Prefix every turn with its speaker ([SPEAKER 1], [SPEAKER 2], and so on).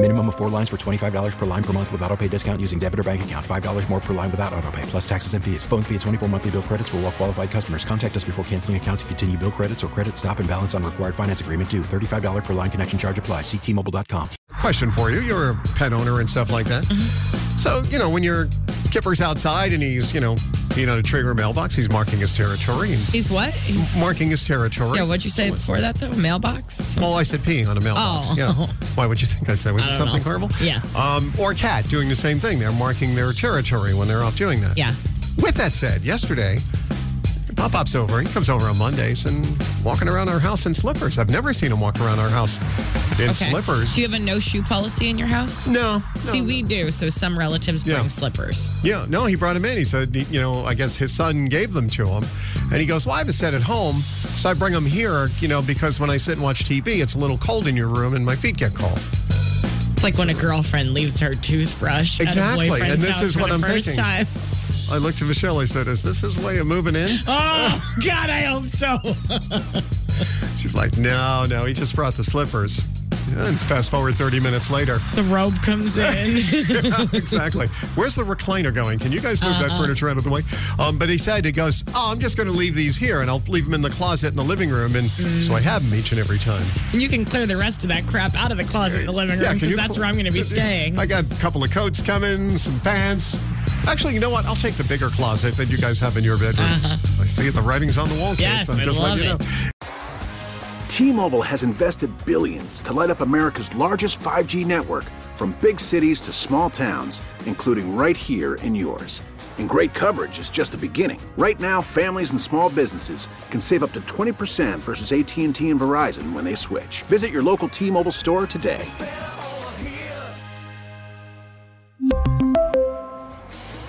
[SPEAKER 1] Minimum of four lines for $25 per line per month with auto pay discount using debit or bank account. $5 more per line without auto pay, plus taxes and fees. Phone fee at 24 monthly bill credits for all well qualified customers. Contact us before canceling account to continue bill credits or credit stop and balance on required finance agreement due. $35 per line connection charge applies. Ctmobile.com.
[SPEAKER 2] Question for you. You're a pet owner and stuff like that.
[SPEAKER 3] Mm-hmm.
[SPEAKER 2] So, you know, when your kipper's outside and he's, you know, being on a trigger mailbox, he's marking his territory. And
[SPEAKER 3] He's what? He's,
[SPEAKER 2] marking his territory.
[SPEAKER 3] yeah, what'd you say before that though? Mailbox?
[SPEAKER 2] Well, I said peeing on a mailbox.
[SPEAKER 3] Oh.
[SPEAKER 2] Yeah. Why would you think I said? Was it
[SPEAKER 3] don't
[SPEAKER 2] something
[SPEAKER 3] know.
[SPEAKER 2] horrible?
[SPEAKER 3] Yeah.
[SPEAKER 2] Um, or a cat doing the same thing. They're marking their territory when they're off doing that.
[SPEAKER 3] Yeah.
[SPEAKER 2] With that said, yesterday, Pop Pop's over. He comes over on Mondays and walking around our house in slippers. I've never seen him walk around our house in slippers.
[SPEAKER 3] Do you have a no shoe policy in your house?
[SPEAKER 2] no. no,
[SPEAKER 3] See,
[SPEAKER 2] no.
[SPEAKER 3] we do. So some relatives
[SPEAKER 2] Yeah.
[SPEAKER 3] bring slippers.
[SPEAKER 2] Yeah, no, he brought him in. He said, you know, I guess his son gave them to him. And he goes, well, I have a set at home, so I bring them here, you know, because when I sit and watch TV, it's a little cold in your room and my feet get cold.
[SPEAKER 3] It's like when a girlfriend leaves her toothbrush at a
[SPEAKER 2] Exactly, and
[SPEAKER 3] boyfriend's
[SPEAKER 2] this
[SPEAKER 3] house
[SPEAKER 2] is
[SPEAKER 3] for
[SPEAKER 2] what
[SPEAKER 3] the
[SPEAKER 2] I'm
[SPEAKER 3] first
[SPEAKER 2] thinking.
[SPEAKER 3] time.
[SPEAKER 2] I looked at Michelle. I said, is this his way of moving in?
[SPEAKER 3] Oh God, I hope so.
[SPEAKER 2] She's like, no, no, he just brought the slippers. And fast forward 30 minutes later.
[SPEAKER 3] The robe comes in.
[SPEAKER 2] exactly. Where's the recliner going? Can you guys move that furniture out of the way? Um, but he said, he goes, oh, I'm just going to leave these here and I'll leave them in the closet in the living room. And so I have them each and every time.
[SPEAKER 3] you can clear the rest of that crap out of the closet in the living
[SPEAKER 2] Yeah,
[SPEAKER 3] room
[SPEAKER 2] can
[SPEAKER 3] because
[SPEAKER 2] you
[SPEAKER 3] that's
[SPEAKER 2] cl-
[SPEAKER 3] where I'm going to be staying.
[SPEAKER 2] I got a couple of coats coming, some pants. Actually, you know what? I'll take the bigger closet that you guys have in your bedroom. I see it. The writing's on the wall, kids.
[SPEAKER 3] Uh-huh. Yes,
[SPEAKER 2] I'm
[SPEAKER 3] I
[SPEAKER 2] just letting
[SPEAKER 3] love
[SPEAKER 2] you know.
[SPEAKER 4] T-Mobile has invested billions to light up America's largest 5G network from big cities to small towns, including right here in yours. And great coverage is just the beginning. Right now, families and small businesses can save up to 20% versus AT&T and Verizon when they switch. Visit your local T-Mobile store today.